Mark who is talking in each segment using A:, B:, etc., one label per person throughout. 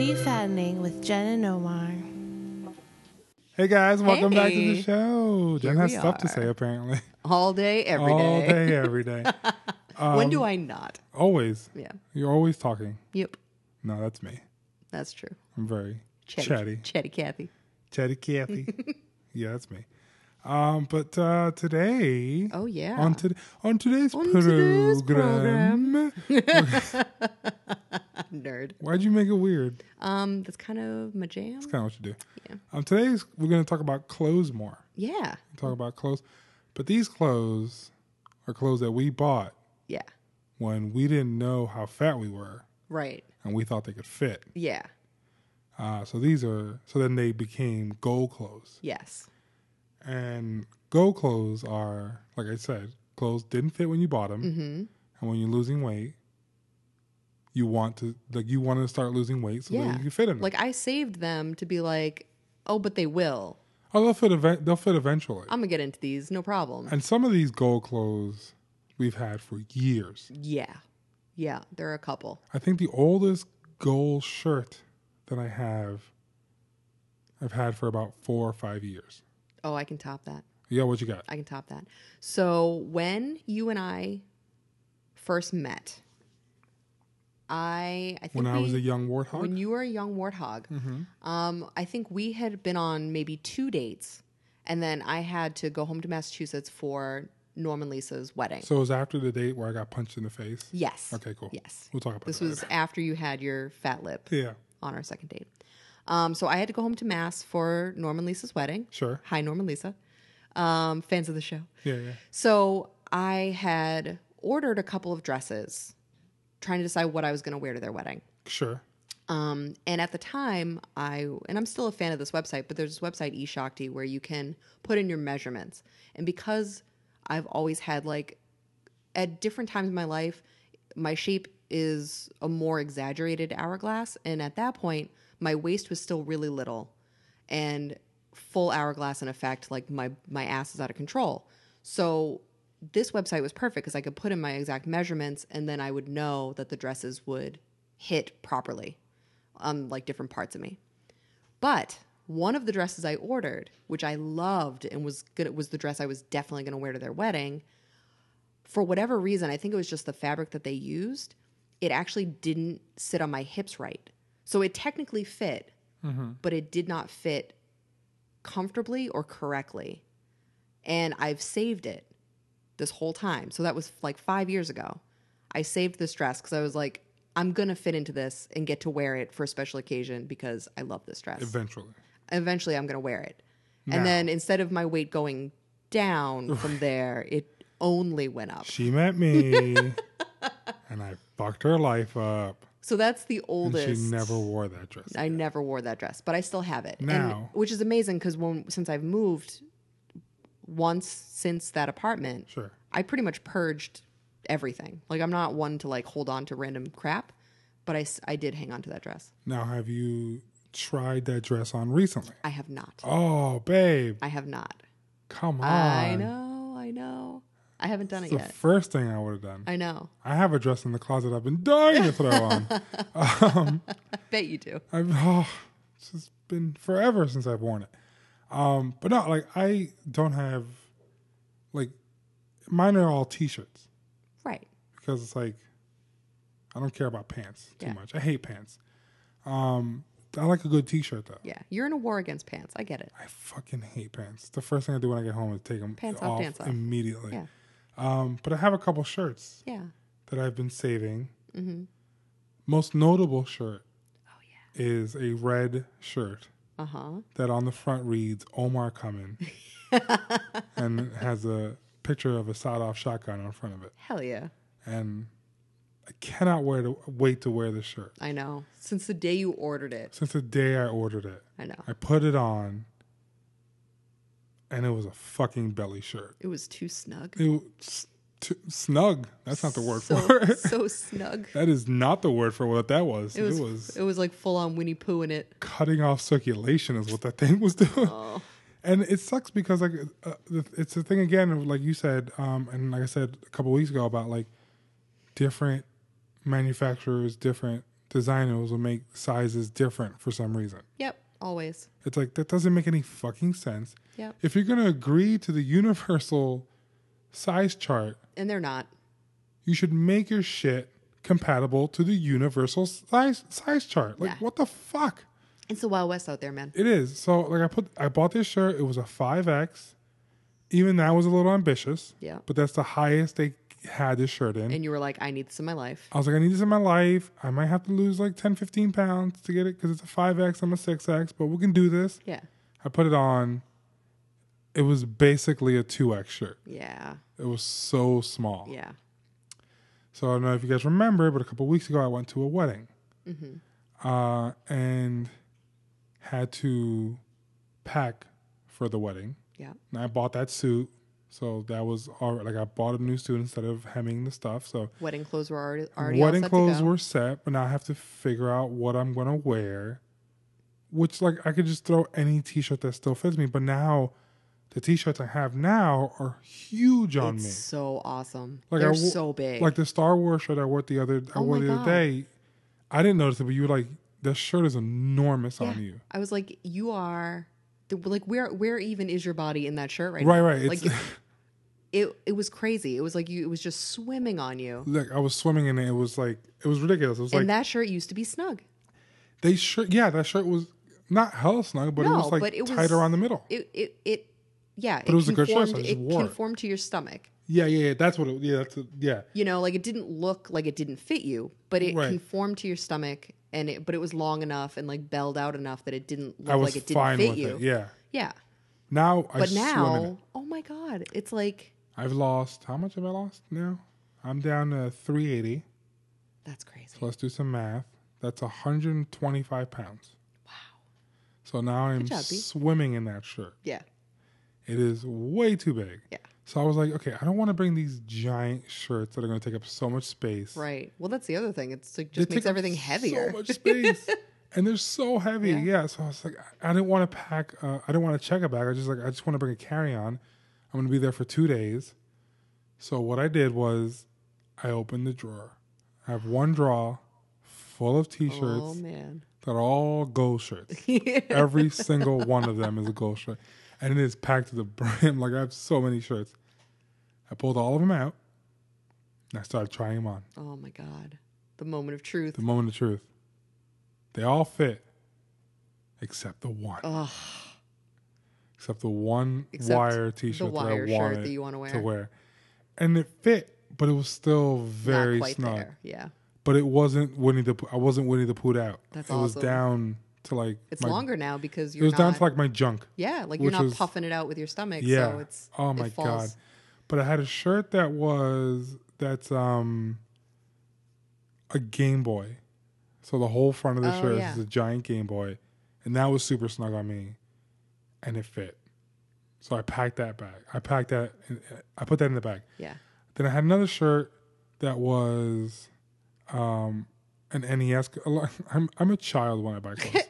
A: Blending with Jen and Omar.
B: Hey guys, welcome back to
C: Hey.
B: the show. Jen
C: Here
B: has
C: we
B: stuff to
C: are.
B: say apparently.
C: All day, every day.
B: All day, um, every day.
C: when do I not?
B: always.
C: Yeah.
B: You're always talking.
C: Yep.
B: No, that's me.
C: That's true.
B: I'm very
C: Chatty,
B: chatty.
C: Chatty Cathy.
B: Chatty Cathy. yeah, that's me. Um, but uh, today,
C: Oh, yeah.
B: on, to- on today's
C: On today's
B: program,
C: Nerd.
B: why'd you make it weird?
C: Um, that's kind of my jam.
B: That's kind of what you do.
C: Yeah.
B: Um, today's we're going to talk about clothes more.
C: Yeah.
B: Talk about clothes, but these clothes are clothes that we bought
C: Yeah.
B: when we didn't know how fat we were,
C: Right.
B: and we thought they could fit.
C: Yeah.
B: Uh, so these are so then they became goal clothes.
C: Yes.
B: And go clothes are, like I said, clothes didn't fit when you bought them,
C: Mm-hmm.
B: and when you're losing weight, you want to like you want to start losing weight so that
C: Yeah.
B: you can fit in them.
C: Like I saved them to be like, oh, but they will.
B: oh, they'll fit. Event- they'll fit eventually.
C: I'm gonna get into these, no problem.
B: and some of these goal clothes we've had for years.
C: yeah. Yeah. There are a couple.
B: I think the oldest goal shirt that I have, I've had for about four or five years.
C: Oh, I can top that.
B: Yeah, what you got?
C: I can top that. So when you and I first met, I I think
B: When I
C: we-
B: was a young warthog.
C: when you were a young warthog,
B: Mm-hmm.
C: um, I think we had been on maybe two dates, and then I had to go home to Massachusetts for Norman Lisa's wedding.
B: so it was after the date where I got punched in the face.
C: yes.
B: Okay, cool.
C: Yes.
B: We'll talk about
C: This
B: that
C: was after you had your fat lip
B: later. Yeah.
C: on our second date. Um, so I had to go home to Mass for Norman Lisa's wedding.
B: Sure.
C: Hi, Norman Lisa. Um, fans of the show.
B: Yeah, yeah.
C: So I had ordered a couple of dresses, trying to decide what I was going to wear to their wedding.
B: Sure.
C: Um, and at the time, I and I'm still a fan of this website, but there's this website eShakti where you can put in your measurements. And because I've always had like at different times in my life, my shape is a more exaggerated hourglass, and at that point, my waist was still really little, and full hourglass in effect. Like my my ass is out of control. So this website was perfect because I could put in my exact measurements, and then I would know that the dresses would hit properly on like different parts of me. But one of the dresses I ordered, which I loved and was good, was the dress I was definitely going to wear to their wedding. For whatever reason, I think it was just the fabric that they used. It actually didn't sit on my hips right, so it technically fit, but it did not fit comfortably or correctly. And I've saved it this whole time. So that was like five years ago. I saved this dress because I was like, I'm gonna fit into this and get to wear it for a special occasion because I love this dress
B: Eventually.
C: eventually I'm going to wear it.
B: Now.
C: And then instead of my weight going down from there, it only went up.
B: She met me and I fucked her life up.
C: So that's the
B: And
C: oldest.
B: she never wore that dress.
C: I never wore that dress, but I still have it.
B: Now.
C: And, which is amazing because when since I've moved once since that apartment,
B: Sure.
C: I pretty much purged everything. Like I'm not one to like hold on to random crap, but I, s- I did hang on to that dress.
B: Now, have you tried that dress on recently?
C: I have not.
B: Oh, babe.
C: I have not.
B: Come on.
C: I know. I know. I haven't done it
B: The
C: yet.
B: first thing I would have done.
C: I know.
B: I have a dress in the closet I've been dying to throw on.
C: Bet you do.
B: I've oh, it's just been forever since I've worn it. Um, but no, like I don't have like mine are all t-shirts
C: Right.
B: because it's like I don't care about pants too
C: Yeah.
B: much. I hate pants. Um, I like a good t-shirt though.
C: Yeah. You're in a war against pants. I get it.
B: I fucking hate pants. The first thing I do when I get home is take them
C: Pants off,
B: off,
C: pants off.
B: immediately.
C: Yeah.
B: Um, but I have a couple shirts
C: Yeah.
B: that I've been saving. Most notable shirt
C: Mm-hmm. Oh, yeah.
B: is a red shirt
C: Uh huh.
B: that on the front reads Omar coming and has a picture of a sawed off shotgun on front of it.
C: Hell yeah.
B: And I cannot wear to, wait to wear this shirt.
C: I know. Since the day you ordered it,
B: Since the day I ordered it,
C: I know.
B: I put it on and it was a fucking belly shirt.
C: It was too snug.
B: It was t- snug. That's not the word
C: so,
B: for it.
C: so snug.
B: that is not the word for what that was.
C: It was, it was like full on Winnie Pooh in it.
B: cutting off circulation is what that thing was doing.
C: Oh.
B: and it sucks because like uh, it's the thing again of, like you said um and like i said a couple weeks ago about like different manufacturers different designers will make sizes different for some reason.
C: Yep, always.
B: It's like that doesn't make any fucking sense.
C: Yep.
B: If you're gonna agree to the universal size chart,
C: And they're not.
B: you should make your shit compatible to the universal size size chart. Like
C: Yeah.
B: what the fuck?
C: It's the Wild West out there, man.
B: It is. So like I put I bought this shirt, it was a 5X. Even that was a little ambitious.
C: Yeah.
B: But that's the highest they had this shirt in.
C: And you were like, I need this in my life.
B: I was like, I need this in my life. I might have to lose like 10, 15 pounds to get it because it's a 5X. I'm a 6X, but we can do this.
C: Yeah.
B: I put it on. It was basically a 2X shirt.
C: Yeah.
B: It was so small.
C: Yeah.
B: So I don't know if you guys remember, but a couple weeks ago I went to a wedding
C: Mm-hmm.
B: uh, and had to pack for the wedding.
C: Yeah.
B: And I bought that suit. So that was all right. Like I bought a new suit instead of hemming the stuff. So
C: Wedding clothes were already already all
B: wedding
C: set
B: clothes
C: to go.
B: were set, but now I have to figure out what I'm gonna wear. Which like I could just throw any t-shirt that still fits me, but now the t-shirts I have now are huge on
C: it's
B: me.
C: so awesome.
B: Like, I
C: They're
B: wo-
C: so big.
B: Like the Star Wars shirt I wore the other I
C: Oh
B: wore
C: my
B: the
C: God.
B: other day, I didn't notice it, but you were like, "That shirt is enormous on you."
C: I was like, you are the, like where where even is your body in that shirt right,
B: Right,
C: now?
B: right. It's
C: Like
B: like,
C: it it was crazy. It was like you it was just swimming on you.
B: I was swimming in it. It was like it was ridiculous. It was like
C: and that shirt used to be snug.
B: they shirt. Yeah, that shirt was not hell snug, but it
C: No,
B: was like
C: but it was-
B: tight around the middle.
C: It it it yeah,
B: it was a good shirt, so I just
C: it
B: wore it.
C: conformed to your stomach.
B: yeah, yeah, yeah. That's what. It, yeah, that's it, yeah.
C: You know, like it didn't look like it didn't fit you, but it
B: Right.
C: conformed to your stomach and it but it was long enough and like belled out enough that it didn't look
B: I was
C: like it didn't
B: fine
C: fit
B: with
C: you.
B: it. Yeah.
C: Yeah.
B: Now I
C: But
B: swim in it.
C: now, oh my god, it's like
B: I've lost how much have I lost now? I'm down to 380.
C: that's crazy.
B: So let's do some math. That's 125 pounds.
C: Wow.
B: So now I'm
C: job, B.
B: swimming in that shirt.
C: Yeah.
B: It is way too big.
C: Yeah.
B: So I was like, okay, I don't want to bring these giant shirts that are going to take up so much space.
C: Right. Well, that's the other thing. It's like
B: They
C: just
B: take
C: makes
B: up
C: everything heavier.
B: So much space. and they're so heavy. Yeah.
C: Yeah.
B: So I was like, I, I didn't want to pack. Uh, I didn't want to check a bag. I just like, I just want to bring a carry on. I'm going to be there for two days. So what I did was, I opened the drawer. I have one drawer full of T-shirts
C: oh man.
B: that are all gold shirts. Every single one of them is a gold shirt, and it is packed to the brim. Like I have so many shirts. I pulled all of them out, and I started trying them on.
C: Oh my god. The moment of truth.
B: The moment of truth. They all fit, except the one.
C: Ugh.
B: Except the one
C: Oh. Except
B: wire T-shirt
C: the wire
B: that I wanted
C: shirt that you want to wear.
B: to wear, and it fit, but it was still very
C: Not quite
B: snug.
C: there. Yeah.
B: But it wasn't Winnie the. Pooh- I wasn't Winnie the Pooh out.
C: That's
B: it was
C: awesome.
B: down to like
C: It's
B: my-
C: longer now because
B: It
C: you're
B: was
C: not
B: down to like my junk.
C: Yeah, like
B: which
C: you're not
B: was-
C: puffing it out with your stomach. So it's
B: oh
C: it
B: my god.
C: falls.
B: But I had a shirt that was that's um a Game Boy. So the whole front of the
C: Oh,
B: shirt
C: yeah.
B: is a giant Game Boy. And that was super snug on me. And it fit. So I packed that back. I packed that in, I put that in the bag.
C: Yeah.
B: Then I had another shirt that was um an NES c- I'm I'm a child when I buy clothes.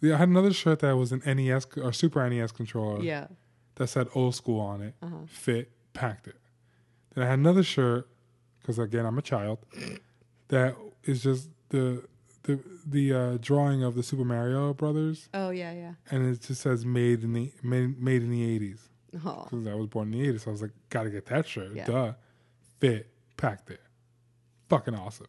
B: yeah, I had another shirt that was an NES c- or Super NES controller
C: Yeah.
B: that said old school on it,
C: Uh-huh.
B: fit, packed it. Then I had another shirt, because again, I'm a child, that is just the the the uh, drawing of the Super Mario Brothers,
C: Oh yeah, yeah.
B: and it just says made in the made, made in the 80s,
C: Oh.
B: because I was born in the 80s. So I was like, gotta get that shirt,
C: Yeah.
B: duh. Fit, packed it. Fucking awesome.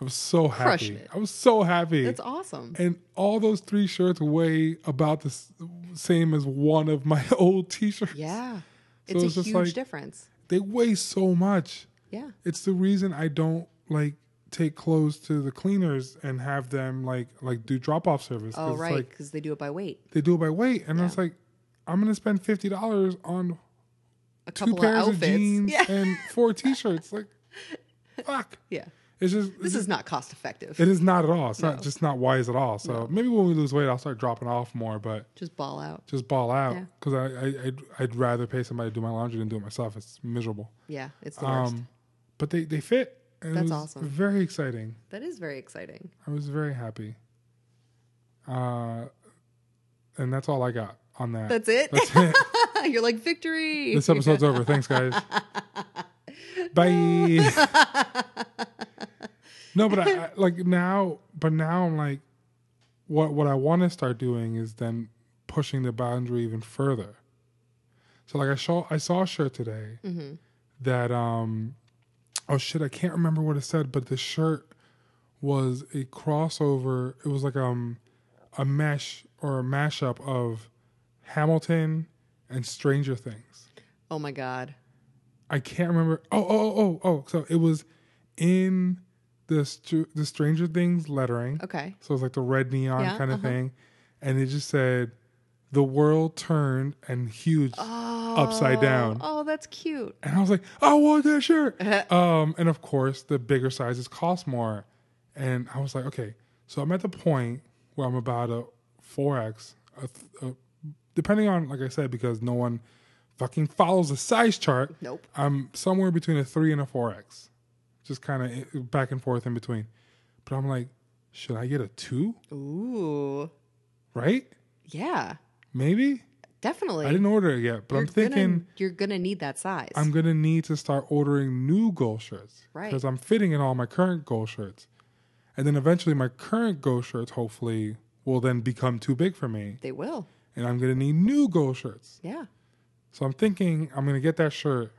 B: I was so happy.
C: Crushing it.
B: I was so happy.
C: That's awesome.
B: and all those three shirts weigh about the s- same as one of my old t-shirts.
C: Yeah.
B: So
C: It's
B: it's
C: a
B: just
C: huge
B: like-
C: difference.
B: they weigh so much.
C: Yeah.
B: It's the reason I don't like take clothes to the cleaners and have them like like do drop off service. 'cause
C: Oh
B: it's
C: right,
B: Like
C: because they do it by weight.
B: they do it by weight, and
C: Yeah.
B: it's like I'm gonna spend fifty dollars on
C: A
B: two
C: couple of
B: pairs of,
C: outfits.
B: jeans
C: yeah.
B: and four t-shirts. Like, fuck.
C: yeah.
B: It's just
C: This is not cost effective.
B: it is not at all. It's
C: No.
B: not just not wise at all. So maybe when we lose weight, I'll start dropping off more, but
C: just ball out.
B: just ball out
C: Yeah.
B: because I, I I'd, I'd rather pay somebody to do my laundry than do it myself. It's miserable.
C: Yeah. It's the worst.
B: Um, but they they fit. And it
C: That's
B: was
C: awesome.
B: Very exciting.
C: That is very exciting.
B: I was very happy. Uh, and that's all I got on that.
C: That's it.
B: That's it.
C: You're like victory.
B: this episode's over. Thanks, guys. Bye. No, but I, I like now, but now I'm like, what what I want to start doing is then pushing the boundary even further. So like I saw I saw a shirt today that um oh shit I can't remember what it said, but the shirt was a crossover. It was like um a mesh or a mashup of Hamilton and Stranger Things.
C: Oh my god.
B: I can't remember. Oh, oh, oh, oh, oh. So it was in the Str- the Stranger Things lettering.
C: Okay.
B: So it was like the red neon
C: Yeah,
B: kind of
C: uh-huh.
B: thing, and it just said, "The world turned and huge upside down."
C: Oh, that's cute.
B: And I was like, "I want that shirt."
C: Uh-huh.
B: um, and of course, the bigger sizes cost more. And I was like, "Okay." So I'm at the point where I'm about a four x, depending on like I said, because no one fucking follows the size chart.
C: Nope.
B: I'm somewhere between a three and a four X, just kind of back and forth in between. But I'm like, should I get a two?
C: Ooh.
B: Right?
C: Yeah.
B: Maybe.
C: Definitely.
B: I didn't order it yet, but I'm thinking
C: gonna, you're gonna need that size.
B: I'm gonna need to start ordering new goal shirts
C: Right.
B: because I'm fitting in all my current goal shirts, and then eventually my current goal shirts hopefully will then become too big for me,
C: they will.
B: and I'm gonna need new goal shirts.
C: Yeah.
B: So I'm thinking I'm gonna get that shirt.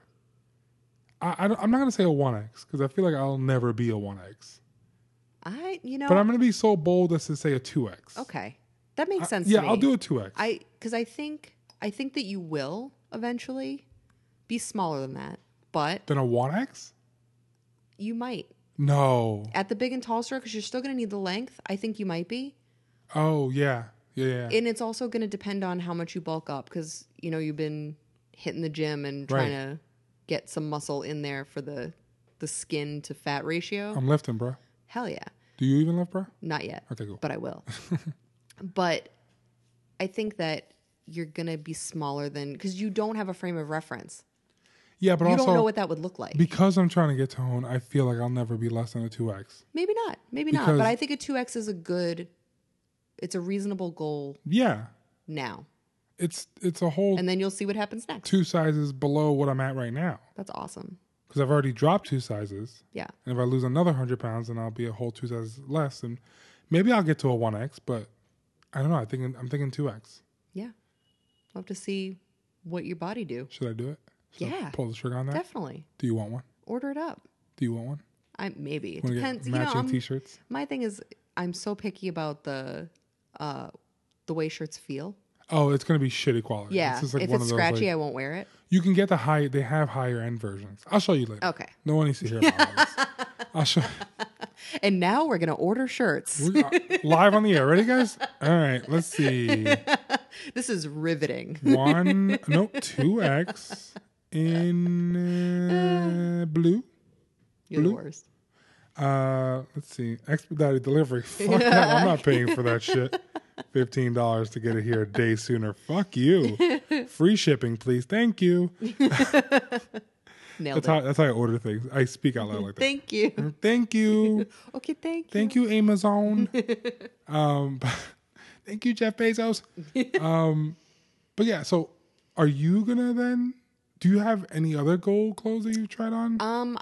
B: I, I don't, I'm not gonna say a one X because I feel like I'll never be a one X.
C: I you know
B: But I'm going to be so bold as to say a 2x.
C: okay. That makes sense.
B: Yeah,
C: to
B: I'll
C: me.
B: do a 2x.
C: I because I think I think that you will eventually be smaller than that, but
B: then a 1x?
C: you might
B: No.
C: at the big and tall store because you're still gonna need the length. I think you might be,
B: Oh, yeah. Yeah, yeah.
C: and it's also gonna depend on how much you bulk up because you know you've been hitting the gym and
B: Right.
C: trying to get some muscle in there for the the skin to fat ratio.
B: I'm lifting, bro.
C: Hell yeah,
B: Do you even lift, bro?
C: not yet.
B: Okay, cool.
C: but I will. but I think that you're gonna be smaller than because you don't have a frame of reference.
B: Yeah, but
C: you
B: also
C: don't know what that would look like.
B: because I'm trying to get tone, I feel like I'll never be less than a 2x.
C: maybe not. Maybe not.
B: Because-
C: But I think a two X is a good. It's a reasonable goal
B: Yeah.
C: now,
B: It's it's a whole
C: and then you'll see what happens next.
B: two sizes below what I'm at right now
C: That's awesome.
B: because I've already dropped two sizes.
C: Yeah.
B: And if I lose another 100 pounds, then I'll be a whole two sizes less. And maybe I'll get to a 1x, but I don't know. I think I'm thinking 2x.
C: Yeah. We'll have to see what your body do.
B: Should I do it? Should I
C: Yeah.
B: pull the trigger on that?
C: Definitely
B: Do you want one?
C: order it up.
B: Do you want one?
C: I maybe it
B: Want to
C: depends.
B: get
C: You know,
B: matching
C: I'm-
B: t-shirts?
C: my thing is I'm so picky about the uh the way shirts feel.
B: Oh, it's gonna be shitty quality.
C: Yeah.
B: just like
C: if
B: one
C: it's
B: of those,
C: scratchy,
B: like-
C: I won't wear it.
B: you can get the high. They have higher end versions. I'll show you later.
C: Okay.
B: No one needs to hear about this. I'll show.
C: And now we're gonna order shirts.
B: We, uh, live on the air. Ready, guys? All right. Let's see.
C: This is riveting.
B: One, no, two X in uh, blue.
C: You're the worst.
B: Uh, let's see. Expedited delivery. Fuck that. I'm not paying for that shit. Fifteen dollars to get it here a day sooner. Fuck you. Free shipping, please. Thank you.
C: Nailed
B: That's
C: it.
B: how that's how I order things. I speak out loud like that.
C: Thank you.
B: Thank you.
C: Okay, thank you.
B: Mm-hmm. Thank you, Amazon. um, thank you, Jeff Bezos. Um, but yeah, so are you gonna then? Do you have any other gold clothes that you've tried on?
C: Um,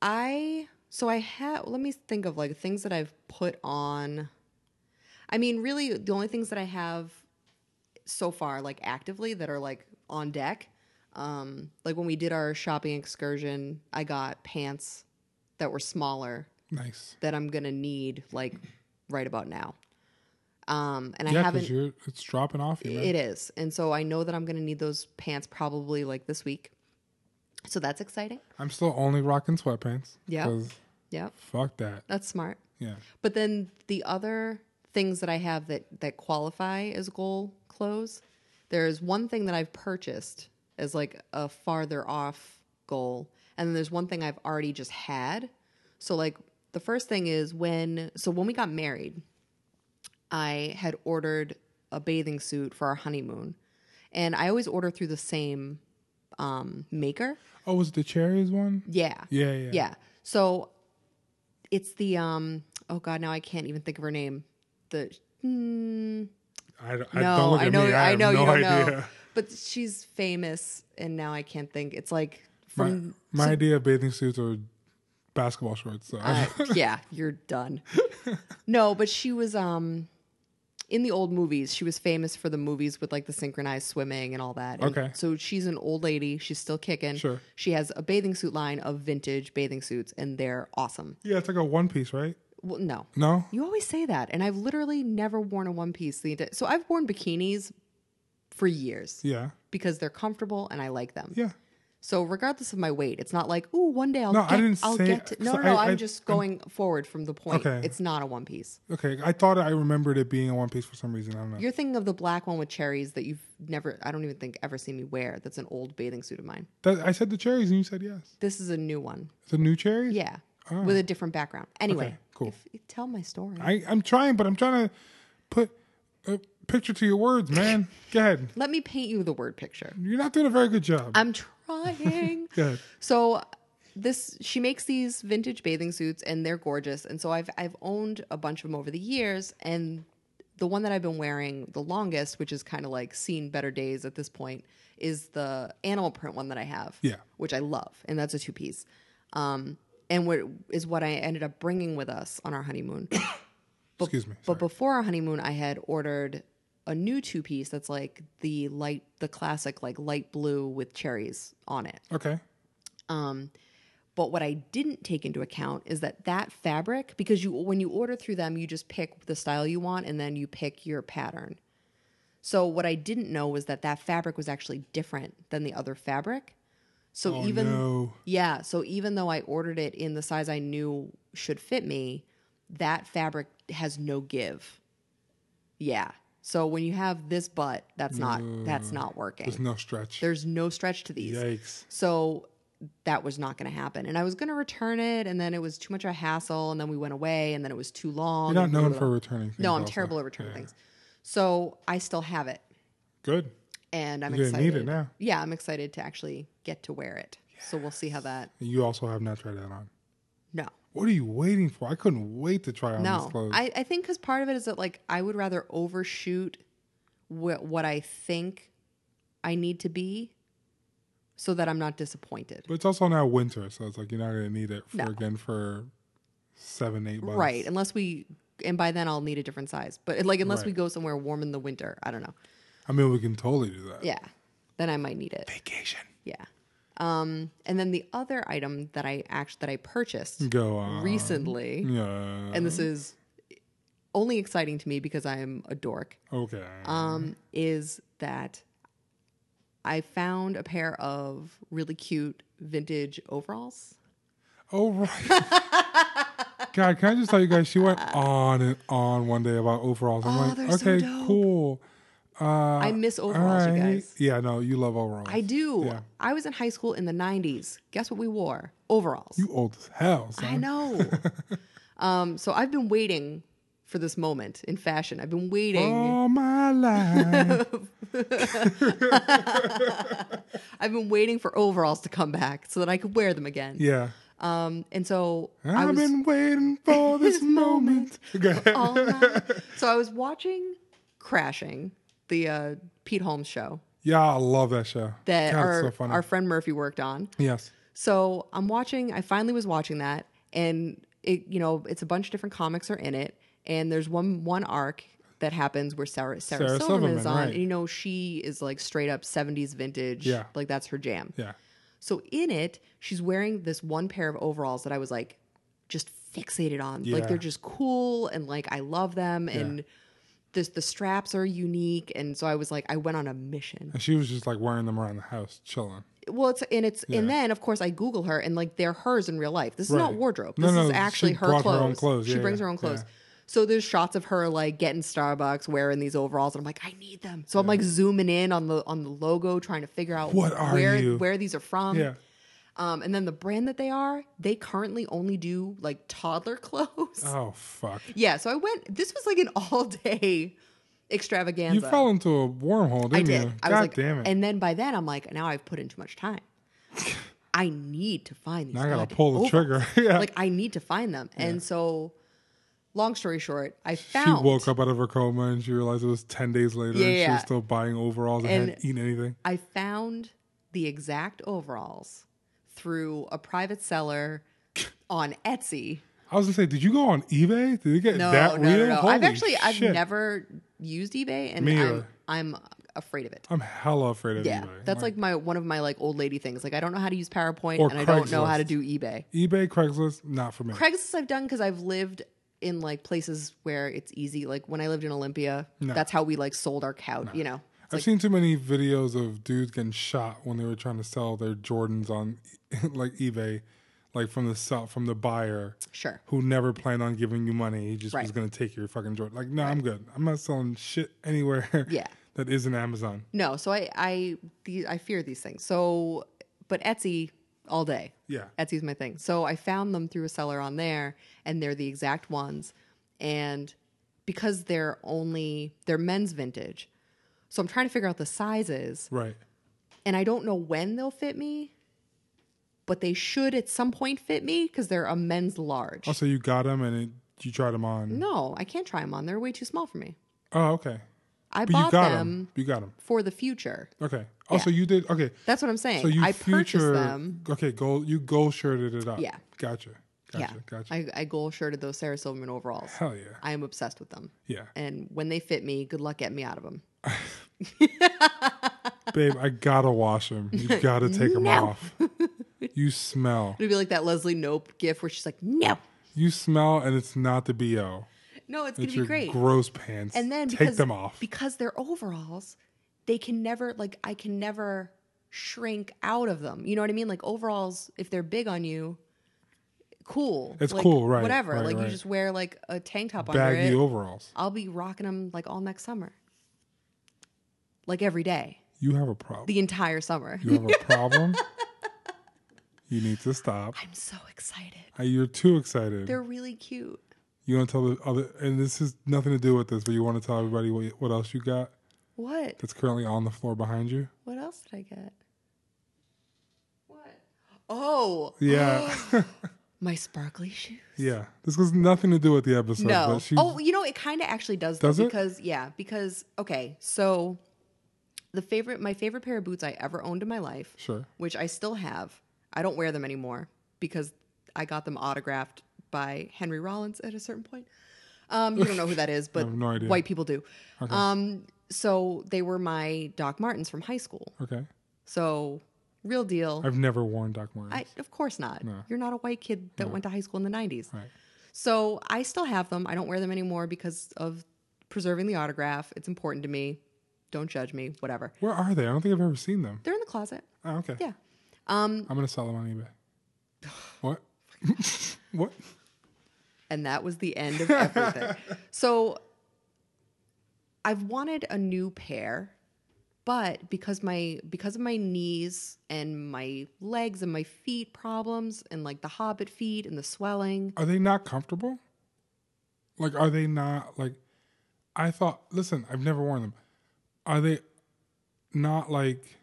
C: I so I have. Let me think of like things that I've put on. I mean, really, the only things that I have so far, like actively, that are like on deck. Um, like when we did our shopping excursion, I got pants that were smaller
B: nice.
C: that I'm gonna need like right about now. Um, and I
B: Yeah,
C: haven't.
B: because you're it's dropping off you. Man.
C: It is, and so I know that I'm gonna need those pants probably like this week. So that's exciting.
B: I'm still only rocking sweatpants.
C: Yeah.
B: 'cause
C: Yep,
B: Fuck that.
C: that's smart.
B: Yeah.
C: But then the other things that I have that that qualify as goal clothes, there's one thing that I've purchased as like a farther off goal, and then there's one thing I've already just had. So like the first thing is when so when we got married, I had ordered a bathing suit for our honeymoon. And I always order through the same um maker.
B: Oh, was it the cherries one?
C: Yeah.
B: Yeah, yeah.
C: Yeah. So it's the um oh god now I can't even think of her name. The mm,
B: I, don't- I Uh, don't
C: no
B: look
C: I
B: at
C: know
B: me.
C: I,
B: have
C: know
B: no
C: you don't
B: idea.
C: know. But she's famous and now I can't think. It's like
B: My,
C: from
B: my idea of bathing suits are basketball shorts. So
C: Uh, yeah, you're done. No, but she was um in the old movies. She was famous for the movies with like the synchronized swimming and all that. And
B: Okay.
C: So she's an old lady. She's still kicking.
B: Sure.
C: She has a bathing suit line of vintage bathing suits, and they're awesome.
B: yeah, it's like a one piece, right?
C: Well, no,
B: No,
C: you always say that, and I've literally never worn a one piece. The enti- so I've worn bikinis for years
B: yeah,
C: because they're comfortable and I like them.
B: yeah.
C: So regardless of my weight, it's not like, ooh, one day I'll
B: No,
C: get,
B: I didn't
C: will
B: say-
C: get to, no,
B: so
C: no, no,
B: I-
C: I, am
B: I-
C: just going forward from the point.
B: Okay.
C: It's not a one piece.
B: Okay, I thought I remembered it being a one piece for some reason. I don't know.
C: You're thinking of the black one with cherries that you've never, I don't even think ever seen me wear. That's an old bathing suit of mine.
B: That, I said the cherries, and you said yes.
C: This is a new one.
B: It's a new cherry.
C: Yeah. With a different background.
B: Oh.
C: Anyway,
B: Okay, cool.
C: if- if- tell my story.
B: I, I'm trying, but I'm trying to put a picture to your words, man. Go ahead.
C: Let me paint you the word picture.
B: You're not doing a very good job.
C: I'm trying.
B: Go ahead.
C: So this she makes these vintage bathing suits and they're gorgeous. And so I've I've owned a bunch of them over the years and the one that I've been wearing the longest, which is kind of like seen better days at this point, is the animal print one that I have.
B: Yeah.
C: Which I love. And that's a two piece. Um and what is what I ended up bringing with us on our honeymoon.
B: Excuse me.
C: But before our honeymoon, I had ordered a new two piece that's like the light, the classic like light blue with cherries on it.
B: Okay.
C: Um, but what I didn't take into account is that that fabric, because you when you order through them, you just pick the style you want and then you pick your pattern. So what I didn't know was that that fabric was actually different than the other fabric. So
B: Oh,
C: even
B: no.
C: yeah, so even though I ordered it in the size I knew should fit me, that fabric has no give. Yeah. So when you have this butt, that's not that's not
B: There's
C: working.
B: no stretch.
C: There's no stretch to these.
B: Yikes.
C: So that was not going to happen. And I was going to return it, and then it was too much of a hassle, and then we went away, and then it was too long.
B: You're not
C: and blah,
B: known
C: blah,
B: for
C: blah.
B: returning things.
C: No, I'm
B: also.
C: terrible at returning
B: Yeah.
C: things. So I still have it,
B: Good.
C: and I'm
B: You're gonna
C: excited.
B: need it now.
C: Yeah, I'm excited to actually get to wear it. So we'll see how that.
B: You also have not tried that on.
C: No,
B: What are you waiting for? I couldn't wait to try on these
C: no.
B: clothes.
C: I, I think because part of it is that like I would rather overshoot wh- what I think I need to be, so that I'm not disappointed.
B: but it's also now winter, so it's like you're not going to need it for
C: No.
B: again for seven, eight months.
C: Right. Unless we, and by then I'll need a different size. But like, unless we
B: Right.
C: go somewhere warm in the winter, I don't know.
B: I mean, we can totally do that.
C: Yeah. Then I might need it.
B: Vacation.
C: Yeah. Um, and then the other item that I act that I purchased
B: Go on.
C: recently,
B: Yeah.
C: and this is only exciting to me because I'm a dork,
B: okay. Uh-huh.
C: um, is that I found a pair of really cute vintage overalls.
B: Oh right. God, can I just tell you guys? She went on and on one day about overalls. I'm
C: Oh,
B: like,
C: they're so
B: okay,
C: dope.
B: cool. Uh,
C: I miss overalls, you guys.
B: Yeah, no, you love overalls.
C: I do.
B: Yeah.
C: I was in high school in the 90s. Guess what we wore? Overalls.
B: You old as hell. Son.
C: I know. um, so I've been waiting for this moment in fashion. I've been waiting.
B: All my life.
C: I've been waiting for overalls to come back so that I could wear them again.
B: yeah.
C: Um, and so I
B: I've
C: was
B: been waiting for this moment. Okay.
C: all my- so I was watching Crashing, the uh, Pete Holmes show
B: Yeah, I love that show.
C: that
B: God,
C: our
B: it's so funny.
C: our friend Murphy worked on.
B: yes.
C: So I'm watching. I finally was watching that, and it you know it's a bunch of different comics are in it, and there's one one arc that happens where Sarah Sarah,
B: Sarah
C: Silverman, is
B: Silverman,
C: on,
B: right.
C: and you know she is like straight up 70s vintage,
B: Yeah.
C: like that's her jam.
B: Yeah.
C: So in it, she's wearing this one pair of overalls that I was like just fixated on.
B: Yeah.
C: Like they're just cool and like I love them and this the straps are unique and so I was like I went on a mission.
B: And she was just like wearing them around the house, chilling.
C: Well, it's and it's and then of course I Google her and like they're hers in real life. This is not
B: Right.
C: wardrobe.
B: No,
C: This
B: no,
C: is
B: she
C: actually her
B: brought
C: clothes.
B: her own clothes.
C: She
B: Yeah,
C: brings
B: yeah,
C: her own clothes.
B: yeah.
C: So there's shots of her like getting Starbucks, wearing these overalls, and I'm like, I need them. So I'm like zooming in on the on the logo, trying to figure out
B: What are
C: where
B: you?
C: where these are from.
B: Yeah.
C: Um, and then the brand that they are, they currently only do like toddler clothes.
B: Oh fuck.
C: yeah. So I went. This was like an all day extravaganza.
B: You fell into a wormhole, didn't
C: I did.
B: you?
C: I
B: God
C: was like,
B: damn it.
C: And then by then, I'm like, now I've put in too much time. I need to find these.
B: Now I gotta
C: goddamn
B: pull the
C: ovals.
B: trigger. Yeah.
C: oh, Like I need to find them. And so, long story short, I
B: She
C: found.
B: woke up out of her coma and she realized it was 10 days later and she
C: Yeah.
B: was still buying overalls and,
C: And-
B: hadn't eaten anything.
C: I found the exact overalls through a private seller on Etsy.
B: I was gonna say, did you go on eBay? Did you get
C: No,
B: that
C: no, no,
B: real?
C: no.
B: Holy
C: I've actually I've
B: shit.
C: never used eBay, and
B: Me
C: I'm,
B: either.
C: I'm afraid of it.
B: I'm hella afraid of
C: Yeah,
B: eBay.
C: that's like my one of my like old lady things. Like I don't know how to use PowerPoint,
B: Or
C: and I don't know how to
B: Craigslist.
C: do eBay.
B: eBay, Craigslist, not for me.
C: Craigslist I've done because I've lived in like places where it's easy. Like when I lived in Olympia, that's how we like sold our couch. You know, It's
B: I've seen too many videos of dudes getting shot when they were trying to sell their Jordans on like eBay, like from the sell, from the buyer
C: sure.
B: who never planned on giving you money. He just was
C: Right.
B: gonna take your fucking Jordan. Like, no, I'm good. I'm not selling shit anywhere.
C: Yeah.
B: that isn't Amazon.
C: No, so I I the, I fear these things. So, but Etsy all day.
B: Yeah.
C: Etsy's my thing. So I found them through a seller on there, and they're the exact ones. And because they're only they're men's vintage, so I'm trying to figure out the sizes,
B: Right.
C: and I don't know when they'll fit me, but they should at some point fit me because they're a men's large.
B: Also, you got them and it, you tried them on.
C: No, I can't try them on. They're way too small for me.
B: Oh, okay.
C: I
B: But you
C: bought
B: got
C: them
B: them. You got them.
C: for the future.
B: Okay. Also, you did. Okay.
C: That's what I'm saying.
B: So you
C: I purchased
B: future.
C: them.
B: Okay. Gold. You gold shirted it up.
C: Yeah.
B: Gotcha. Gotcha.
C: yeah,
B: Gotcha.
C: I, I goal shirted those Sarah Silverman overalls.
B: Hell yeah.
C: I am obsessed with them.
B: Yeah.
C: And when they fit me, good luck getting me out of them.
B: Babe, I gotta wash them. You gotta take them
C: No.
B: off. You smell.
C: It'd be like that Leslie Nope gift where she's like, no,
B: You smell, and it's not the bo.
C: no, it's,
B: It's
C: gonna
B: your
C: be great.
B: gross pants.
C: and then
B: take
C: because,
B: them off.
C: because they're overalls, they can never like I can never shrink out of them. You know what I mean? Like overalls, if they're big on you, cool.
B: It's
C: Like,
B: cool, right,
C: Whatever.
B: right,
C: like
B: right.
C: you just wear like a tank top under it.
B: Baggy overalls.
C: I'll be rocking them like all next summer, like every day,
B: You have a problem.
C: the entire summer.
B: you have a problem. you need to stop.
C: I'm so excited.
B: Uh, You're too excited.
C: They're really cute.
B: You want to tell the other, and this is nothing to do with this, but you want to tell everybody what, what else you got
C: What?
B: that's currently on the floor behind you?
C: What else did I get? What? Oh,
B: Yeah.
C: my sparkly shoes.
B: yeah. This has nothing to do with the episode.
C: No.
B: But she,
C: Oh, you know, it kind of actually does. though,
B: Does it?
C: Because yeah, because okay, so the favorite, my favorite pair of boots I ever owned in my life,
B: Sure.
C: which I still have. I don't wear them anymore because I got them autographed by Henry Rollins at a certain point. Um, you don't know who that is, but
B: have no idea.
C: white people do. Um, so they were my Doc Martens from high school.
B: Okay.
C: So real deal.
B: I've never worn Doc Martens.
C: I, of course not. You're not a white kid that went to high school in the 90s.
B: Right.
C: So I still have them. I don't wear them anymore because of preserving the autograph. It's important to me. Don't judge me, whatever.
B: Where are they? I don't think I've ever seen them.
C: They're in the closet.
B: Oh, okay.
C: Yeah.
B: I'm going to sell them on eBay. What? what?
C: And that was the end of everything. so I've wanted a new pair, but because my because of my knees and my legs and my feet problems and like the hobbit feet and the swelling,
B: Are they not comfortable? Like, are they not, like, I thought, listen, I've never worn them. Are they not, like,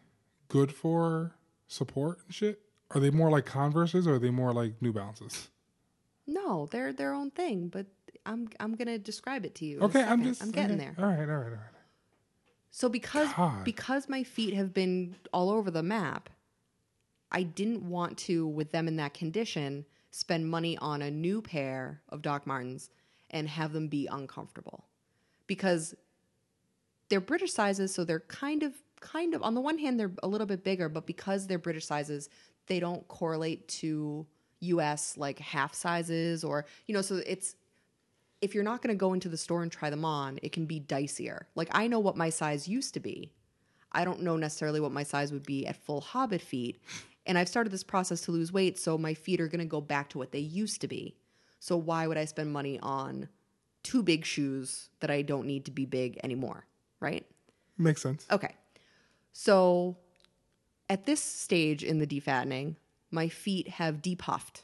B: good for support and shit? Are they more like Converses or are they more like New Balances?
C: No, they're their own thing, but I'm I'm gonna describe it to you. in a
B: Okay, I'm
C: second.
B: just.
C: I'm getting
B: okay.
C: there.
B: All right, all right, all right.
C: So because
B: God.
C: because my feet have been all over the map, I didn't want to, with them in that condition, spend money on a new pair of Doc Martens and have them be uncomfortable. Because they're British sizes, so they're kind of kind of on the one hand they're a little bit bigger, but because they're British sizes, they don't correlate to US like half sizes or you know, so it's if you're not going to go into the store and try them on, it can be dicier. Like I know what my size used to be. I don't know necessarily what my size would be at full hobbit feet. And I've started this process to lose weight, so my feet are going to go back to what they used to be. So why would I spend money on two big shoes that I don't need to be big anymore, right?
B: Makes sense.
C: Okay. So at this stage in the defattening, my feet have depuffed.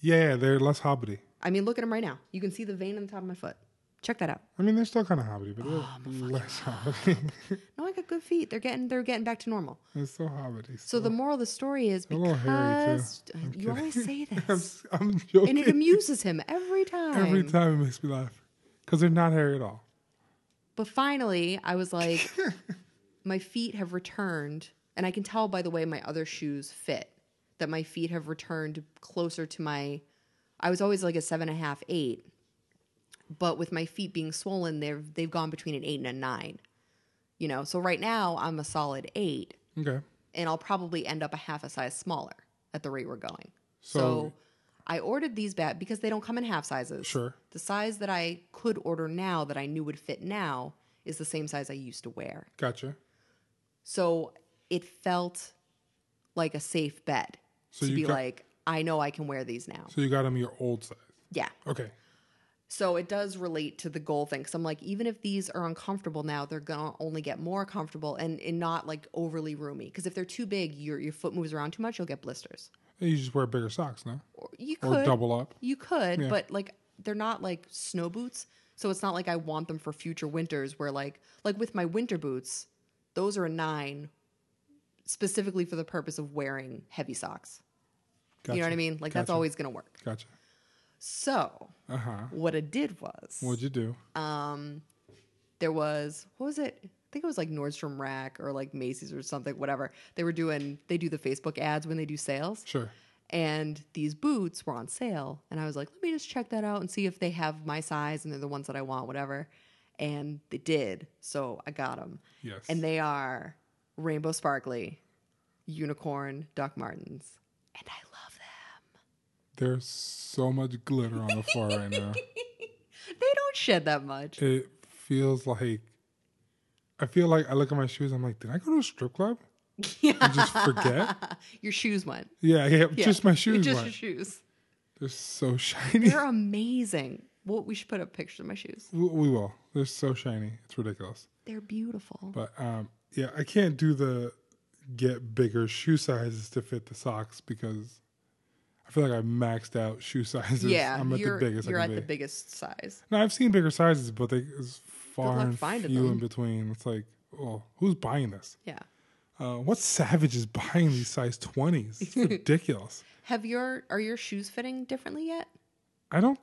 B: Yeah, they're less hobbity.
C: I mean, look at them right now. You can see the vein on the top of my foot. Check that out.
B: I mean, they're still kind of hobbity, but
C: Oh,
B: they're less hobbity.
C: No, I got good feet. They're getting they're getting back to normal.
B: they're still hobbity.
C: So the moral of the story is
B: Oh. a little hairy, too.
C: because Uh, you always say
B: I'm,
C: this,
B: s- I'm joking.
C: and it amuses him every time.
B: Every time it makes me laugh because they're not hairy at all.
C: But finally, I was like, my feet have returned, and I can tell by the way my other shoes fit that my feet have returned closer to my. I was always like a seven and a half, eight, but with my feet being swollen, they've they've gone between an eight and a nine. You know, so right now I'm a solid eight,
B: Okay.
C: and I'll probably end up a half a size smaller at the rate we're going. So,
B: So-
C: I ordered these back because they don't come in half sizes.
B: Sure.
C: The size that I could order now that I knew would fit now is the same size I used to wear.
B: Gotcha.
C: So it felt like a safe bet
B: So
C: to
B: you
C: be
B: got-
C: like, I know I can wear these now.
B: So you got them your old size.
C: Yeah.
B: Okay.
C: So it does relate to the goal thing. Cause I'm like, even if these are uncomfortable now, they're gonna only get more comfortable and, and not like overly roomy. Cause if they're too big, your your foot moves around too much, you'll get blisters.
B: You just wear bigger socks, no?
C: Or you
B: Or
C: could
B: double up.
C: You could,
B: Yeah.
C: but like they're not like snow boots, so it's not like I want them for future winters where like like with my winter boots, those are a 9 specifically for the purpose of wearing heavy socks.
B: Gotcha.
C: You know what I mean? Like that's
B: Gotcha.
C: always going to work.
B: Gotcha.
C: So,
B: Uh huh.
C: what I did was
B: What'd you do?
C: Uh, there was what was it? I think it was like Nordstrom Rack or like Macy's or something, whatever. They were doing they do the Facebook ads when they do sales.
B: Sure.
C: and these boots were on sale and i was like let me just check that out and see if they have my size and they're the ones that i want whatever and they did so i got them
B: Yes.
C: and they are rainbow sparkly unicorn doc martens and i love
B: There's so much glitter on the floor right now.
C: them they don't shed that much
B: It feels like I feel like I look at my shoes. I'm like, did I go to a strip club? And just forget?
C: your shoes went
B: Yeah, yeah,
C: Yeah.
B: Just my shoes.
C: just
B: went.
C: your shoes
B: They're so shiny.
C: they're amazing well we should put up pictures of my shoes
B: we we will. They're so shiny. It's ridiculous.
C: they're beautiful
B: But um, yeah, I can't do the get bigger shoe sizes to fit the socks because I feel like I maxed out shoe sizes.
C: yeah
B: I'm at
C: you're,
B: the biggest.
C: you're
B: I
C: at
B: can
C: the
B: be.
C: biggest size
B: No, I've seen bigger sizes, but they it's far
C: luck
B: and
C: finding
B: few
C: them.
B: in between. It's like, oh, who's buying this?
C: yeah
B: Uh, what savage is buying these size twenties? It's ridiculous.
C: have your are your shoes fitting differently yet
B: I don't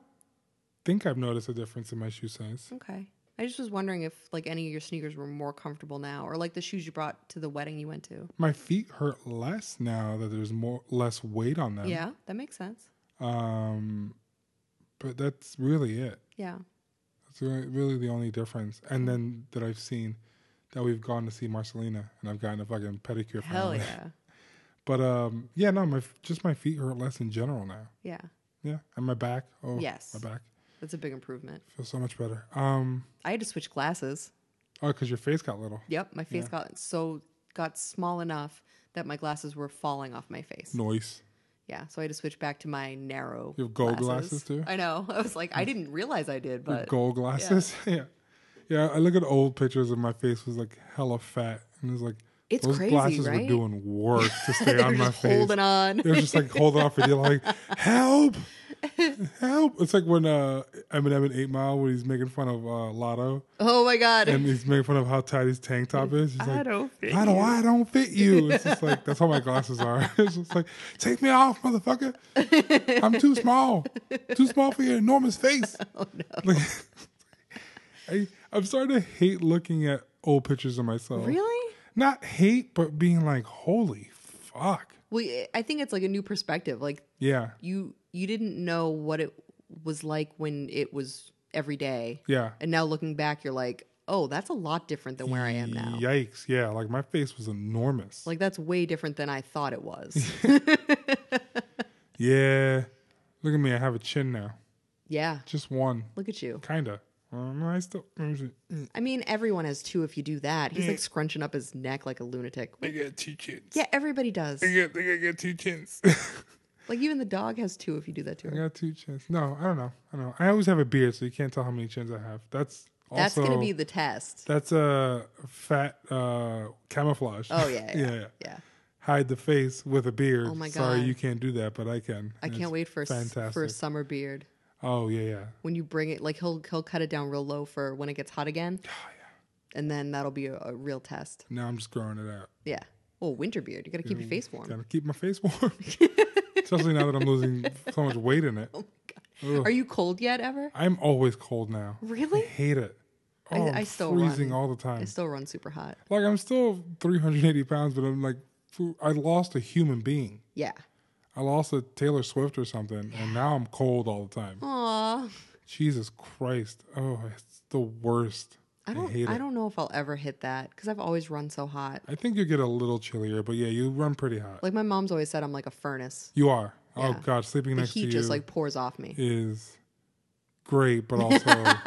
B: think I've noticed a difference in my shoe size.
C: Okay. I just was wondering if like any of your sneakers were more comfortable now or like the shoes you brought to the wedding you went to.
B: My feet hurt less now that there's more less weight on them.
C: Yeah, that makes sense.
B: Um, but that's really it.
C: Yeah.
B: That's re- really the only difference. And then that I've seen that we've gone to see Marcelina and I've gotten a fucking pedicure.
C: Hell
B: finally.
C: yeah.
B: But um, yeah, no, my f- just my feet hurt less in general now.
C: Yeah.
B: Yeah, and my back. Oh,
C: Yes.
B: my back
C: That's a big improvement.
B: feels so much better. Um,
C: I had to switch glasses.
B: oh, because your face got little.
C: Yep, my face got so got small enough that my glasses were falling off my face.
B: Noise.
C: Yeah, so I had to switch back to my narrow.
B: You have gold glasses, too?
C: I know. I was like, I didn't realize I did, but
B: Gold glasses. Yeah. yeah, I look at old pictures and my face was like hella fat, and it's like
C: It's
B: those
C: crazy,
B: glasses
C: right?
B: were doing work to stay
C: they were
B: on my
C: just
B: face.
C: holding on.
B: They were just like holding off for dear life, like help, help. It's like when uh, Eminem in Eight Mile, where he's making fun of uh, Lotto,
C: oh my god!
B: and he's making fun of how tight his tank top is. He's
C: I
B: like,
C: don't fit
B: how do I don't fit you? It's just like that's how my glasses are. It's just like, take me off, motherfucker. I'm too small, too small for your enormous face. Oh no. I, I'm starting to hate looking at old pictures of myself.
C: really?
B: Not hate, but being like, holy fuck.
C: Well, I think it's like a new perspective. Like
B: Yeah,
C: you you didn't know what it was like when it was every day
B: yeah.
C: and now looking back you're like oh that's a lot different than where i am now
B: Yikes! Yeah, like my face was enormous.
C: like that's way different than i thought it was
B: yeah, look at me. I have a chin now,
C: yeah
B: just one,
C: look at you
B: kinda. Um, I still.
C: i mean everyone has two if you do that he's
B: Mm.
C: like scrunching up his neck like a lunatic
B: I got two chins.
C: yeah everybody does
B: I got, I got- I got two chins.
C: like even the dog has two if you do that to
B: I
C: her
B: got two chins. No, I don't know. I don't know. I always have a beard, so you can't tell how many chins I have. That's also,
C: that's gonna be the test
B: that's a fat uh, camouflage.
C: oh yeah yeah,
B: yeah,
C: yeah.
B: Hide the face with a beard.
C: Oh, my
B: Sorry,
C: God.
B: you can't do that, but I can.
C: i can't wait for a, s- for a
B: fantastic.
C: summer beard
B: oh yeah, yeah.
C: when you bring it like he'll he'll cut it down real low for when it gets hot again
B: Oh,
C: and then that'll be a, a real test
B: Now I'm just growing it out.
C: Yeah. Well, winter beard. You got to keep
B: Mm,
C: your face warm.
B: Gotta keep my face warm. Especially now that I'm losing so much weight in it.
C: Are you cold yet ever?
B: I'm always cold now.
C: Really?
B: I hate it. Oh,
C: I
B: I'm
C: still
B: freezing
C: run.
B: all the time.
C: I still run super hot.
B: Like I'm still 380 pounds, but I'm like, fu- I lost a human being.
C: Yeah.
B: I lost to Taylor Swift or something, and now I'm cold all the time.
C: Aw.
B: Jesus Christ! Oh, it's the worst.
C: I don't
B: hate
C: I,
B: it.
C: don't know if I'll ever hit that because I've always run so hot.
B: I think you get a little chillier, but yeah, you run pretty hot.
C: Like my mom's always said I'm like a furnace.
B: you are.
C: Yeah.
B: Oh God, sleeping
C: The
B: next to
C: heat
B: you
C: just like pours off me.
B: is great, but also.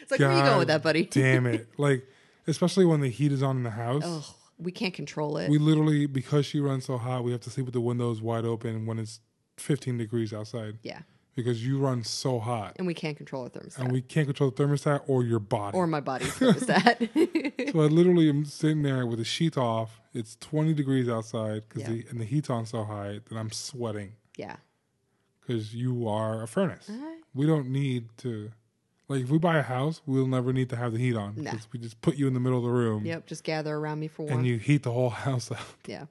C: It's like where you going with
B: God
C: that, buddy?
B: damn it. Like, especially when the heat is on in the house.
C: Ugh, we can't control it.
B: We literally, because she runs so hot, we have to sleep with the windows wide open when it's 15 degrees outside
C: yeah.
B: because you run so hot.
C: And we can't control our thermostat.
B: And we can't control the thermostat or your body.
C: or my body's thermostat.
B: so I literally am sitting there with the sheet off. It's 20 degrees outside because the, and the heat's on so high that I'm sweating
C: yeah.
B: because you are a furnace. We don't need to. Like if we buy a house, we'll never need to have the heat on
C: Nah.
B: because we just put you in the middle of the room.
C: Yep. Just gather around me for
B: and
C: one.
B: you heat the whole house up.
C: Yeah.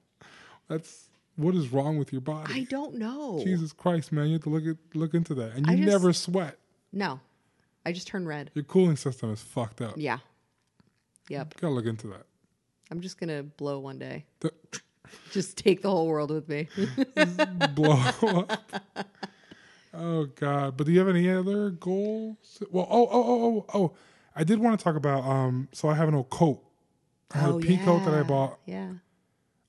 B: That's what is wrong with your body.
C: I don't know.
B: Jesus Christ, man, you have to look at look into that. And
C: I
B: you
C: just-
B: never sweat.
C: No. I just turned red.
B: Your cooling system is fucked up.
C: Yeah. Yep.
B: Gotta look into that.
C: I'm just gonna blow one day.
B: The-
C: Just take the whole world with me.
B: blow up. Oh God! But do you have any other goals? Well, oh, oh, oh, oh, oh! I did want to talk about. Um, so I have an old coat. I had a pea coat that I
C: Oh, yeah.
B: bought
C: Yeah.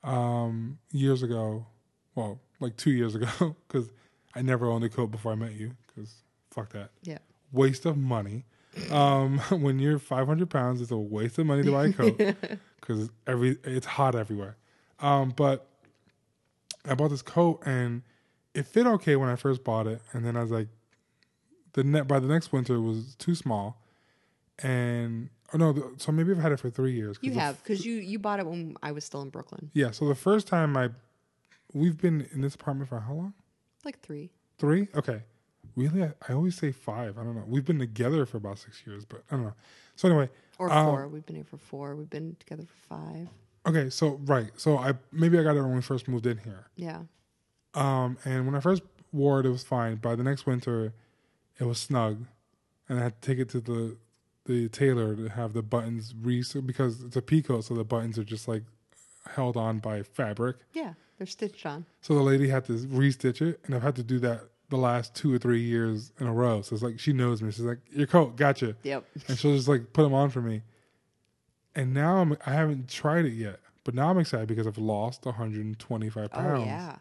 B: um years ago. Well, like two years ago, because I never owned a coat before I met you. Because fuck that.
C: Yeah.
B: waste of money. Um, when you're 500 pounds, it's a waste of money to buy a coat because every it's hot everywhere. Um, but I bought this coat and it fit okay when I first bought it, and then I was like, the net by the next winter it was too small, and oh no, the, so maybe I've had it for three years. 'cause
C: You
B: the
C: have because you you bought it when I was still in Brooklyn.
B: yeah. So the first time I, we've been in this apartment for how long?
C: Like three.
B: Three? Okay. Really? I, I always say five. I don't know. We've been together for about six years, but I don't know. So anyway,
C: Or
B: Um,
C: four. We've been here for four. We've been together for five.
B: okay. So right. So I maybe I got it when we first moved in here.
C: Yeah.
B: Um, and when I first wore it, it was fine. By the next winter, it was snug, and I had to take it to the the tailor to have the buttons re because it's a peacoat, so the buttons are just like held on by fabric.
C: Yeah. They're stitched on.
B: So the lady had to restitch it, and I've had to do that the last two or three years in a row. So it's like she knows me. She's like, "Your coat, gotcha,"
C: Yep.
B: and she'll just like put them on for me. And now I'm I haven't tried it yet, but now I'm excited because I've lost 125 pounds.
C: Oh yeah.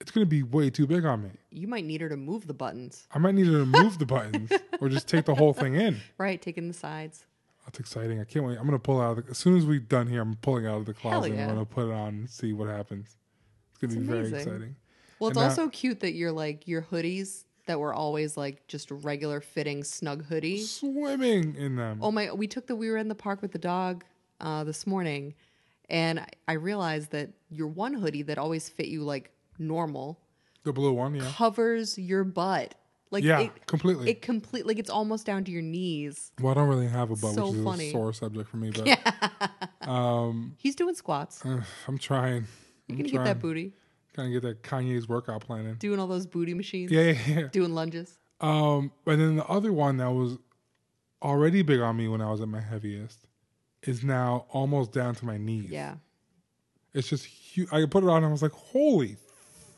B: It's gonna be way too big on me.
C: You might need her to move the buttons.
B: I might need to remove the buttons or just take the whole thing in.
C: Right. Taking the sides.
B: That's exciting. I can't wait. I'm gonna pull out of the, as soon as we're done here. I'm pulling out of the
C: Hell
B: closet. and
C: yeah.
B: I'm gonna put it on and see what happens. It's gonna
C: It's
B: be
C: amazing.
B: very exciting.
C: Well, it's
B: And that-
C: also cute that you're like your hoodies that were always like just regular fitting snug hoodie.
B: Swimming in them.
C: Oh my! We took the we were in the park with the dog uh, this morning, and I- I realized that your one hoodie that always fit you like normal
B: The blue one, yeah.
C: covers your butt. Like
B: Yeah,
C: it,
B: completely.
C: it complete like it's almost down to your knees.
B: well, I don't really have a butt,
C: So
B: which is
C: funny.
B: a sore subject for me, but
C: He's doing squats.
B: uh, I'm trying. I'm
C: You're gonna
B: trying.
C: get that booty.
B: Gotta get that Kanye's workout plan in.
C: Doing all those booty machines.
B: Yeah, yeah, yeah.
C: Doing lunges.
B: Um, and then the other one that was already big on me when I was at my heaviest is now almost down to my knees.
C: Yeah.
B: It's just huge. I put it on and I was like, holy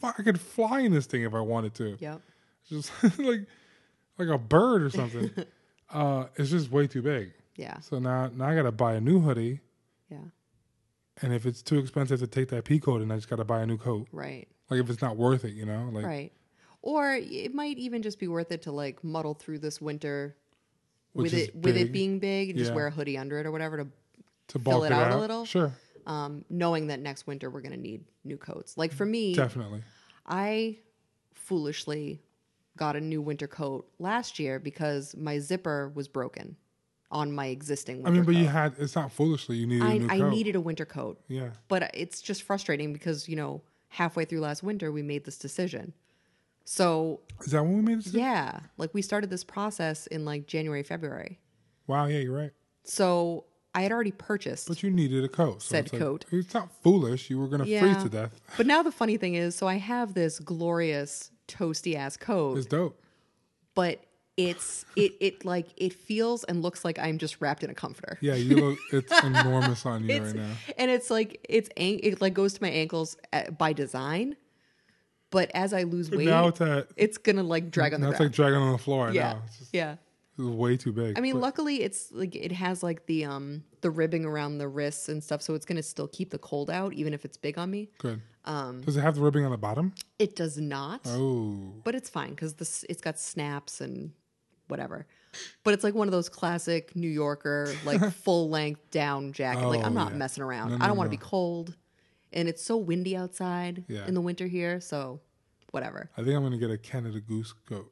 B: fuck, I could fly in this thing if I wanted to.
C: Yep.
B: Just like like a bird or something. uh, it's just way too big.
C: Yeah.
B: So now, now I gotta buy a new hoodie.
C: Yeah.
B: And if it's too expensive to take that P coat, and I just got to buy a new coat.
C: Right.
B: Like if it's not worth it, you know. Like
C: Right. Or it might even just be worth it to like muddle through this winter
B: Which
C: with
B: is
C: it with it
B: big.
C: being big and just
B: Yeah.
C: wear a hoodie under it or whatever to
B: to bulk
C: it
B: it, out,
C: out a little.
B: Sure,
C: um, knowing that next winter we're gonna need new coats. Like
B: Mm,
C: for me,
B: definitely.
C: I foolishly got a new winter coat last year because my zipper was broken on my existing
B: I
C: winter
B: mean, but
C: coat.
B: you had. It's not foolishly. You needed a new
C: I,
B: coat.
C: I needed a winter coat.
B: Yeah,
C: But it's just frustrating because, you know, halfway through last winter we made this decision. So
B: is that when we made it? to-
C: yeah, like we started this process in like January, February.
B: Wow. Yeah, you're right.
C: So I had already purchased.
B: But you needed a coat. So
C: Said
B: it's like,
C: coat.
B: It's not foolish. You were gonna freeze
C: Yeah.
B: to death.
C: But now the funny thing is, so I have this glorious toasty ass coat,
B: It's dope.
C: but it's it it like it feels and looks like I'm just wrapped in a comforter.
B: Yeah, you look. It's enormous on you
C: It's-
B: right now.
C: And it's like it's an- it like goes to my ankles at, by uh, design. But as I lose weight,
B: now it's at
C: it's gonna like drag on the
B: now
C: ground.
B: it's like dragging on the floor.
C: yeah,
B: now. It's just
C: yeah.
B: it's way too big.
C: I mean,
B: But
C: luckily it's like it has like the um the ribbing around the wrists and stuff, so it's gonna still keep the cold out even if it's big on me.
B: good.
C: Um,
B: Does it have the ribbing on the bottom?
C: it does not,
B: Oh,
C: but it's fine because this it's got snaps and whatever. But it's like one of those classic New Yorker like full length down jacket. like
B: Oh,
C: I'm not
B: yeah.
C: messing around.
B: No,
C: I
B: no,
C: don't want to
B: no.
C: be cold, and it's so windy outside
B: Yeah.
C: in the winter here. So whatever.
B: I think I'm gonna get a Canada Goose coat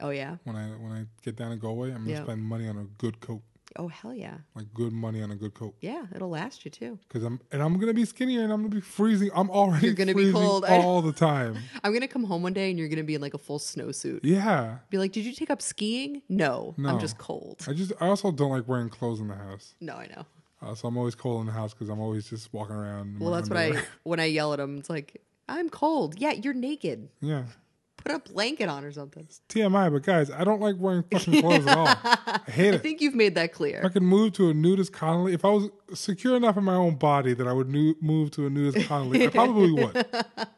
C: Oh yeah.
B: when I when I get down to Galway. I'm gonna
C: Yeah.
B: spend money on a good coat,
C: Oh hell yeah.
B: like good money on a good coat.
C: Yeah, it'll last you too.
B: Cause I'm and I'm gonna be skinnier and I'm gonna be freezing. I'm already
C: You're gonna be
B: freezing
C: cold. I-
B: all the time.
C: I'm gonna come home one day and you're gonna be in like a full snowsuit.
B: Yeah,
C: Be like, did you take up skiing? No,
B: No.
C: I'm just cold.
B: I just I also don't like wearing clothes in the house,
C: No, I know.
B: uh, so I'm always cold in the house because I'm always just walking around. in my
C: Well, that's what I
B: underwear.
C: when I yell at him. It's like I'm cold. Yeah, you're naked.
B: yeah.
C: Put a blanket on or something.
B: TMI, but guys, I don't like wearing fucking clothes at all. I hate
C: I
B: it.
C: think you've made that
B: If I
C: clear.
B: could move to a nudist colony, if I was secure enough in my own body that I would nu- move to a nudist colony, I probably would.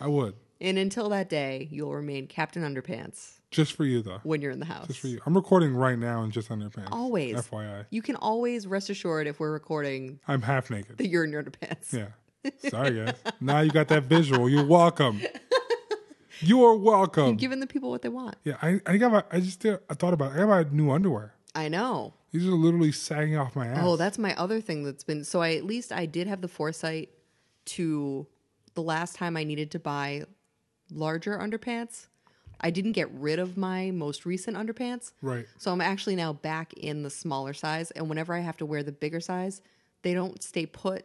B: I would.
C: And until that day, you'll remain Captain Underpants
B: Just for you, though.
C: when you're in the house.
B: Just for you. I'm recording right now in just underpants.
C: Always.
B: FYI.
C: You can always rest assured if we're recording
B: I'm half naked.
C: that you're in your underpants.
B: Yeah. Sorry, guys. now you got that visual. You're welcome. You are welcome.
C: Giving the people what they want.
B: yeah, I, I got my, I just did, I thought about it. I got my new underwear.
C: I know.
B: These are literally sagging off my ass.
C: Oh, that's my other thing that's been so I at least I did have the foresight to the last time I needed to buy larger underpants. I didn't get rid of my most recent underpants.
B: Right.
C: So I'm actually now back in the smaller size and whenever I have to wear the bigger size, they don't stay put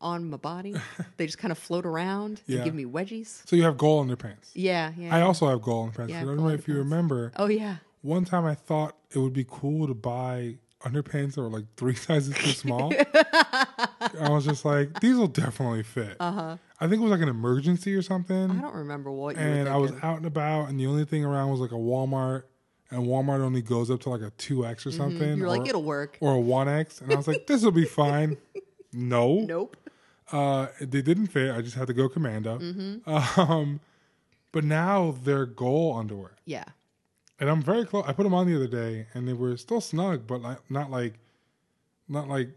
C: on my body. they just kind of float around
B: Yeah.
C: and give me wedgies.
B: So you have gold underpants.
C: Yeah, yeah.
B: I also have gold underpants.
C: Yeah,
B: I don't
C: gold
B: know if you
C: underpants.
B: remember.
C: oh yeah.
B: One time I thought it would be cool to buy underpants that were like three sizes too small. I was just like, these will definitely fit. Uh-huh. I think it was like an emergency or
C: I
B: something.
C: don't remember what you
B: And
C: were
B: I was
C: thinking.
B: out and about, and the only thing around was like a Walmart. And Walmart only goes up to like a 2X or something.
C: you were
B: or,
C: Mm-hmm. like it'll work.
B: or a 1X. And I was like, this will be fine. No.
C: nope.
B: Uh, they didn't fit. I just had to go commando.
C: Mm-hmm.
B: Um, but now they're goal underwear
C: Yeah.
B: and I'm very close. I put them on the other day, and they were still snug, but like not like, not like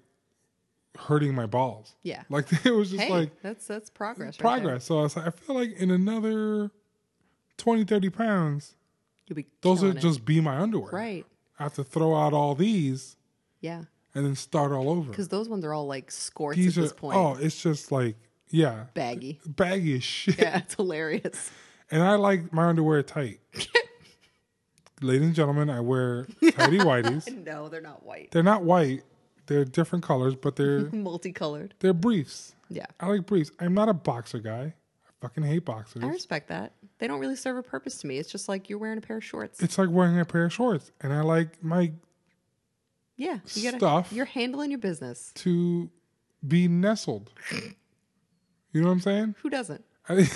B: hurting my balls.
C: Yeah.
B: Like it was just
C: Hey,
B: like
C: that's that's progress. right there.
B: progress. so I was like, I feel like in another 20, 30 pounds,
C: You'll be
B: those
C: killing
B: would
C: it.
B: just be my underwear.
C: right.
B: I have to throw out all these
C: Yeah,
B: and then start all over.
C: because those ones are all like scorts
B: These
C: at
B: are
C: this point.
B: oh, it's just like yeah,
C: Baggy.
B: baggy as shit.
C: Yeah, it's hilarious.
B: And I like my underwear tight. Ladies and gentlemen, I wear tidy whities.
C: No, they're not white.
B: They're not white. They're different colors, but they're
C: Mm-hmm. Multicolored.
B: they're briefs.
C: Yeah,
B: I like briefs. I'm not a boxer guy. I fucking hate boxers.
C: I respect that. They don't really serve a purpose to me. It's just like you're wearing a pair of shorts.
B: It's like wearing a pair of shorts, and I like my
C: yeah, you gotta,
B: stuff.
C: You're handling your business.
B: to be nestled. You know what I'm saying?
C: Who doesn't?
B: I,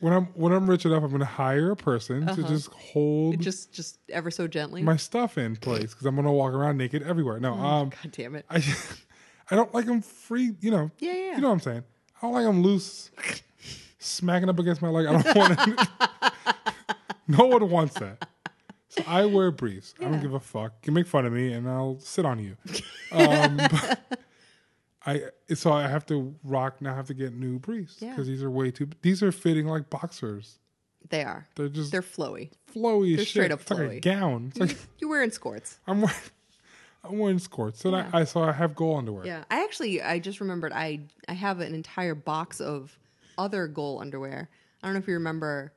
B: when I'm when I'm rich enough, I'm gonna hire a person to just hold
C: Just, just ever so gently.
B: my stuff in place because I'm gonna walk around naked everywhere. No, um,
C: God damn it.
B: I I don't like them free. You know,
C: yeah, yeah.
B: You know what I'm saying? I don't like them loose, smacking up against my leg. I don't want it. no one wants that. So I wear briefs. I don't give a fuck. You make fun of me, and I'll sit on you. Um, but I so I have to rock now. I have to get new briefs
C: Yeah.
B: because these are way too. These are fitting like boxers.
C: they are.
B: They're just
C: They're flowy.
B: flowy as
C: they're
B: shit.
C: straight up
B: it's like a
C: flowy.
B: gown. It's like
C: You're wearing scorts.
B: I'm wearing. I'm wearing skirts, so that I, so I have goal underwear.
C: Yeah, I actually I just remembered I I have an entire box of other goal underwear. I don't know if you remember.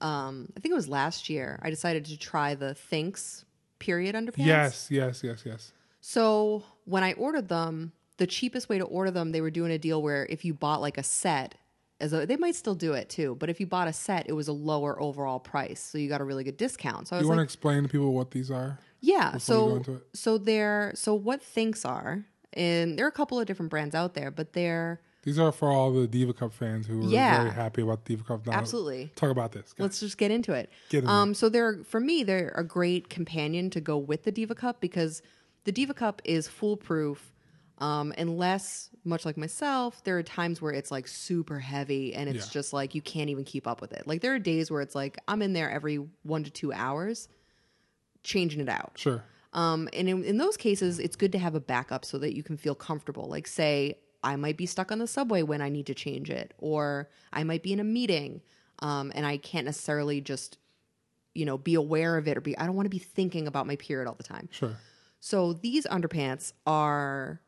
C: Um, I think it was last year. I decided to try the Thinks period underpants.
B: Yes, yes, yes, yes.
C: So when I ordered them, the cheapest way to order them, they were doing a deal where if you bought like a set, as a, they might still do it too, but if you bought a set, it was a lower overall price, so you got a really good discount. So I
B: You
C: was
B: want to
C: like,
B: explain to people what these are? before
C: yeah.
B: we go
C: So
B: into it?
C: so they're so what Thinks are, and there are a couple of different brands out there, but they're
B: These are for all the Diva Cup fans who are
C: Yeah.
B: very happy about Diva Cup. Now,
C: Absolutely.
B: Talk about this. guys.
C: Let's just get into it.
B: Get into
C: um, so they're for me, they're a great companion to go with the Diva Cup because the Diva Cup is foolproof. Um, unless, much like myself, there are times where it's like super heavy and it's
B: Yeah.
C: just like you can't even keep up with it. Like there are days where it's like I'm in there every one to two hours changing it out.
B: Sure.
C: Um, and in, in those cases, it's good to have a backup so that you can feel comfortable. Like, say, I might be stuck on the subway when I need to change it, or I might be in a meeting um, and I can't necessarily just, you know, be aware of it or be, I don't want to be thinking about my period all the time.
B: Sure.
C: So these underpants are,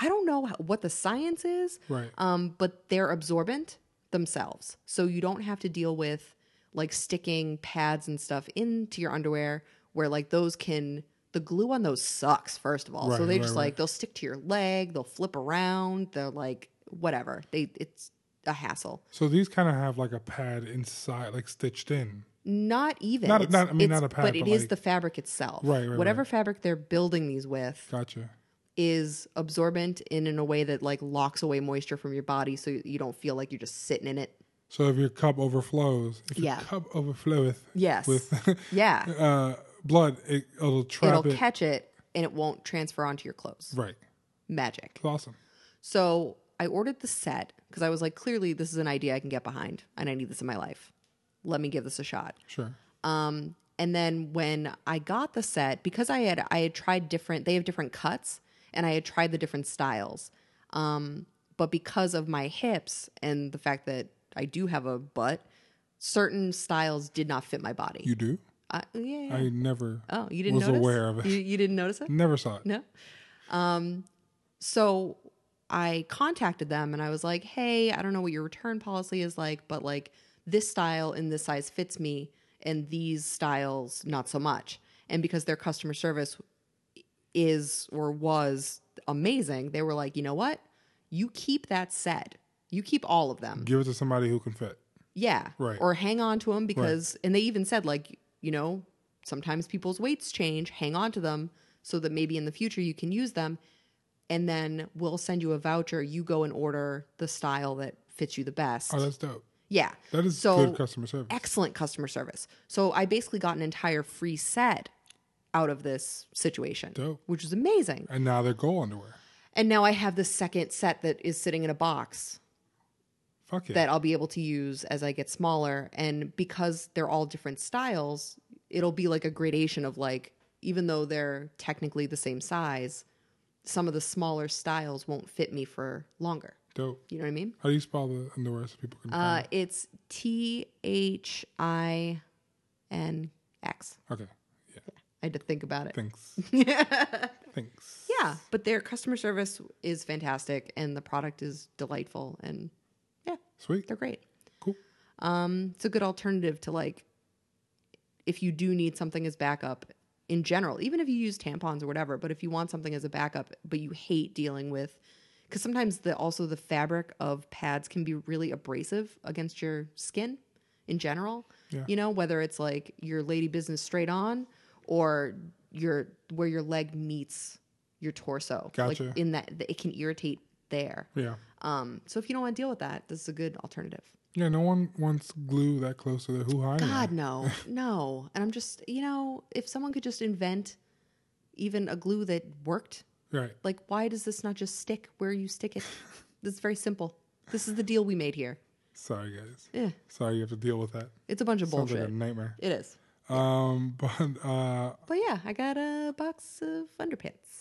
C: I don't know how- what the science is,
B: Right.
C: um, but they're absorbent themselves. So you don't have to deal with like sticking pads and stuff into your underwear where like those can the glue on those sucks first of all. so
B: Right,
C: they
B: right,
C: just
B: right.
C: like they'll stick to your leg, they'll flip around, they're like whatever. They it's a hassle.
B: So these kind of have like a pad inside, like stitched in.
C: Not even
B: Not-
C: it's-
B: not- I mean,
C: it's-
B: not a pad,
C: but it
B: but,
C: is
B: like-
C: the fabric itself.
B: Right, right,
C: Whatever
B: right.
C: fabric they're building these with
B: Gotcha.
C: is absorbent in, in a way that like locks away moisture from your body so you don't feel like you're just sitting in it.
B: So if your cup overflows, if
C: Yeah.
B: your cup overfloweth
C: Yes.
B: with
C: yeah.
B: uh, blood, it, it'll trap
C: it'll
B: it.
C: catch it and it won't transfer onto your clothes.
B: right.
C: Magic.
B: It's awesome.
C: So I ordered the set because I was like, clearly this is an idea I can get behind and I need this in my life. Let me give this a shot.
B: Sure.
C: Um, and then when I got the set, because I had I had tried different, they have different cuts, and I had tried the different styles. Um, but because of my hips and the fact that I do have a butt, certain styles did not fit my body.
B: You do?
C: I, yeah, yeah.
B: I never
C: oh, you didn't
B: was
C: notice?
B: aware of it. Mm.
C: You, you didn't notice it?
B: never saw it.
C: No. Um, so I contacted them and I was like, hey, I don't know what your return policy is like, but like this style in this size fits me and these styles not so much. And because their customer service is or was amazing, they were like, you know what? You keep that set. You keep all of them.
B: Give it to somebody who can fit.
C: Yeah.
B: Right.
C: Or hang on to them because, and they even said, like, you know, sometimes people's weights change, hang on to them so that maybe in the future you can use them. And then we'll send you a voucher. You go and order the style that fits you the best.
B: Oh, that's dope.
C: yeah.
B: That is
C: So,
B: good customer service.
C: Excellent customer service. So I basically got an entire free set out of this situation,
B: Dope.
C: which was amazing.
B: and now they're goal underwear.
C: And now I have this second set that is sitting in a box
B: Fuck it.
C: that I'll be able to use as I get smaller. And because they're all different styles, it'll be like a gradation of like, even though they're technically the same size, some of the smaller styles won't fit me for longer.
B: dope.
C: You know what I mean?
B: How do you spell the underwear so people can
C: Uh,
B: find
C: it's T H I N X.
B: it? Okay. Yeah.
C: I had to think about it.
B: Thanks. Thanks.
C: Yeah, but their customer service is fantastic and the product is delightful and yeah,
B: Sweet.
C: they're great.
B: Cool.
C: um, it's a good alternative to like if you do need something as backup in general even if you use tampons or whatever but if you want something as a backup but you hate dealing with because sometimes the also the fabric of pads can be really abrasive against your skin in general
B: Yeah.
C: you know whether it's like your lady business straight on or your where your leg meets your torso
B: Gotcha.
C: like in that it can irritate there
B: Yeah.
C: um so if you don't want to deal with that this is a good alternative
B: Yeah, no one wants glue that close to their hoo ha.
C: God, no, no. And I'm just, you know, if someone could just invent even a glue that worked,
B: Right.
C: like, why does this not just stick where you stick it? It's very simple. This is the deal we made here.
B: Sorry, guys.
C: Yeah,
B: Sorry you have to deal with that.
C: it's a bunch of
B: Sounds
C: bullshit.
B: like a nightmare.
C: it is.
B: Um, but uh,
C: But yeah, I got a box of underpants.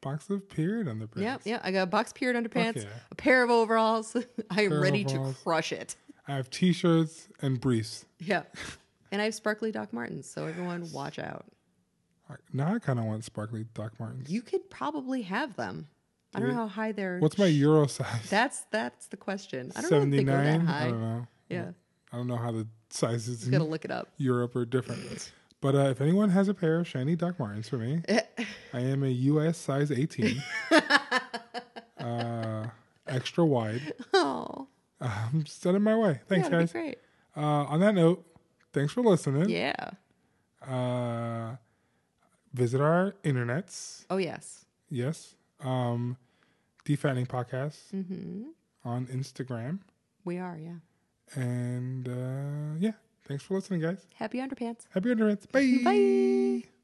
B: box of period underpants.
C: Yeah, yeah. I got a box of period underpants,
B: yeah.
C: a pair of overalls. I am
B: Pair of
C: ready to
B: overalls.
C: crush it.
B: I have t-shirts and briefs.
C: Yeah. And I have sparkly Doc Martens, so everyone watch out.
B: Now I kind of want sparkly Doc Martens.
C: You could probably have them. I don't know how high they're
B: What's my euro size?
C: That's that's the question. I don't know if they go that
B: 79?
C: high.
B: I don't know.
C: Yeah,
B: I don't know how the sizes
C: gotta
B: in
C: look it up.
B: Europe are different. But uh, if anyone has a pair of shiny Doc Martens for me, I am a US size 18. uh, extra wide.
C: Oh,
B: Um, send it my way. Thanks,
C: that'd
B: guys.
C: be great.
B: Uh, on that note, thanks for listening.
C: Yeah.
B: Uh, visit our internets.
C: Oh yes.
B: Yes. Um, Defatting Podcast
C: Mm-hmm.
B: on Instagram.
C: We are. Yeah.
B: And uh, yeah, thanks for listening, guys.
C: Happy underpants.
B: Happy underpants. Bye. Bye.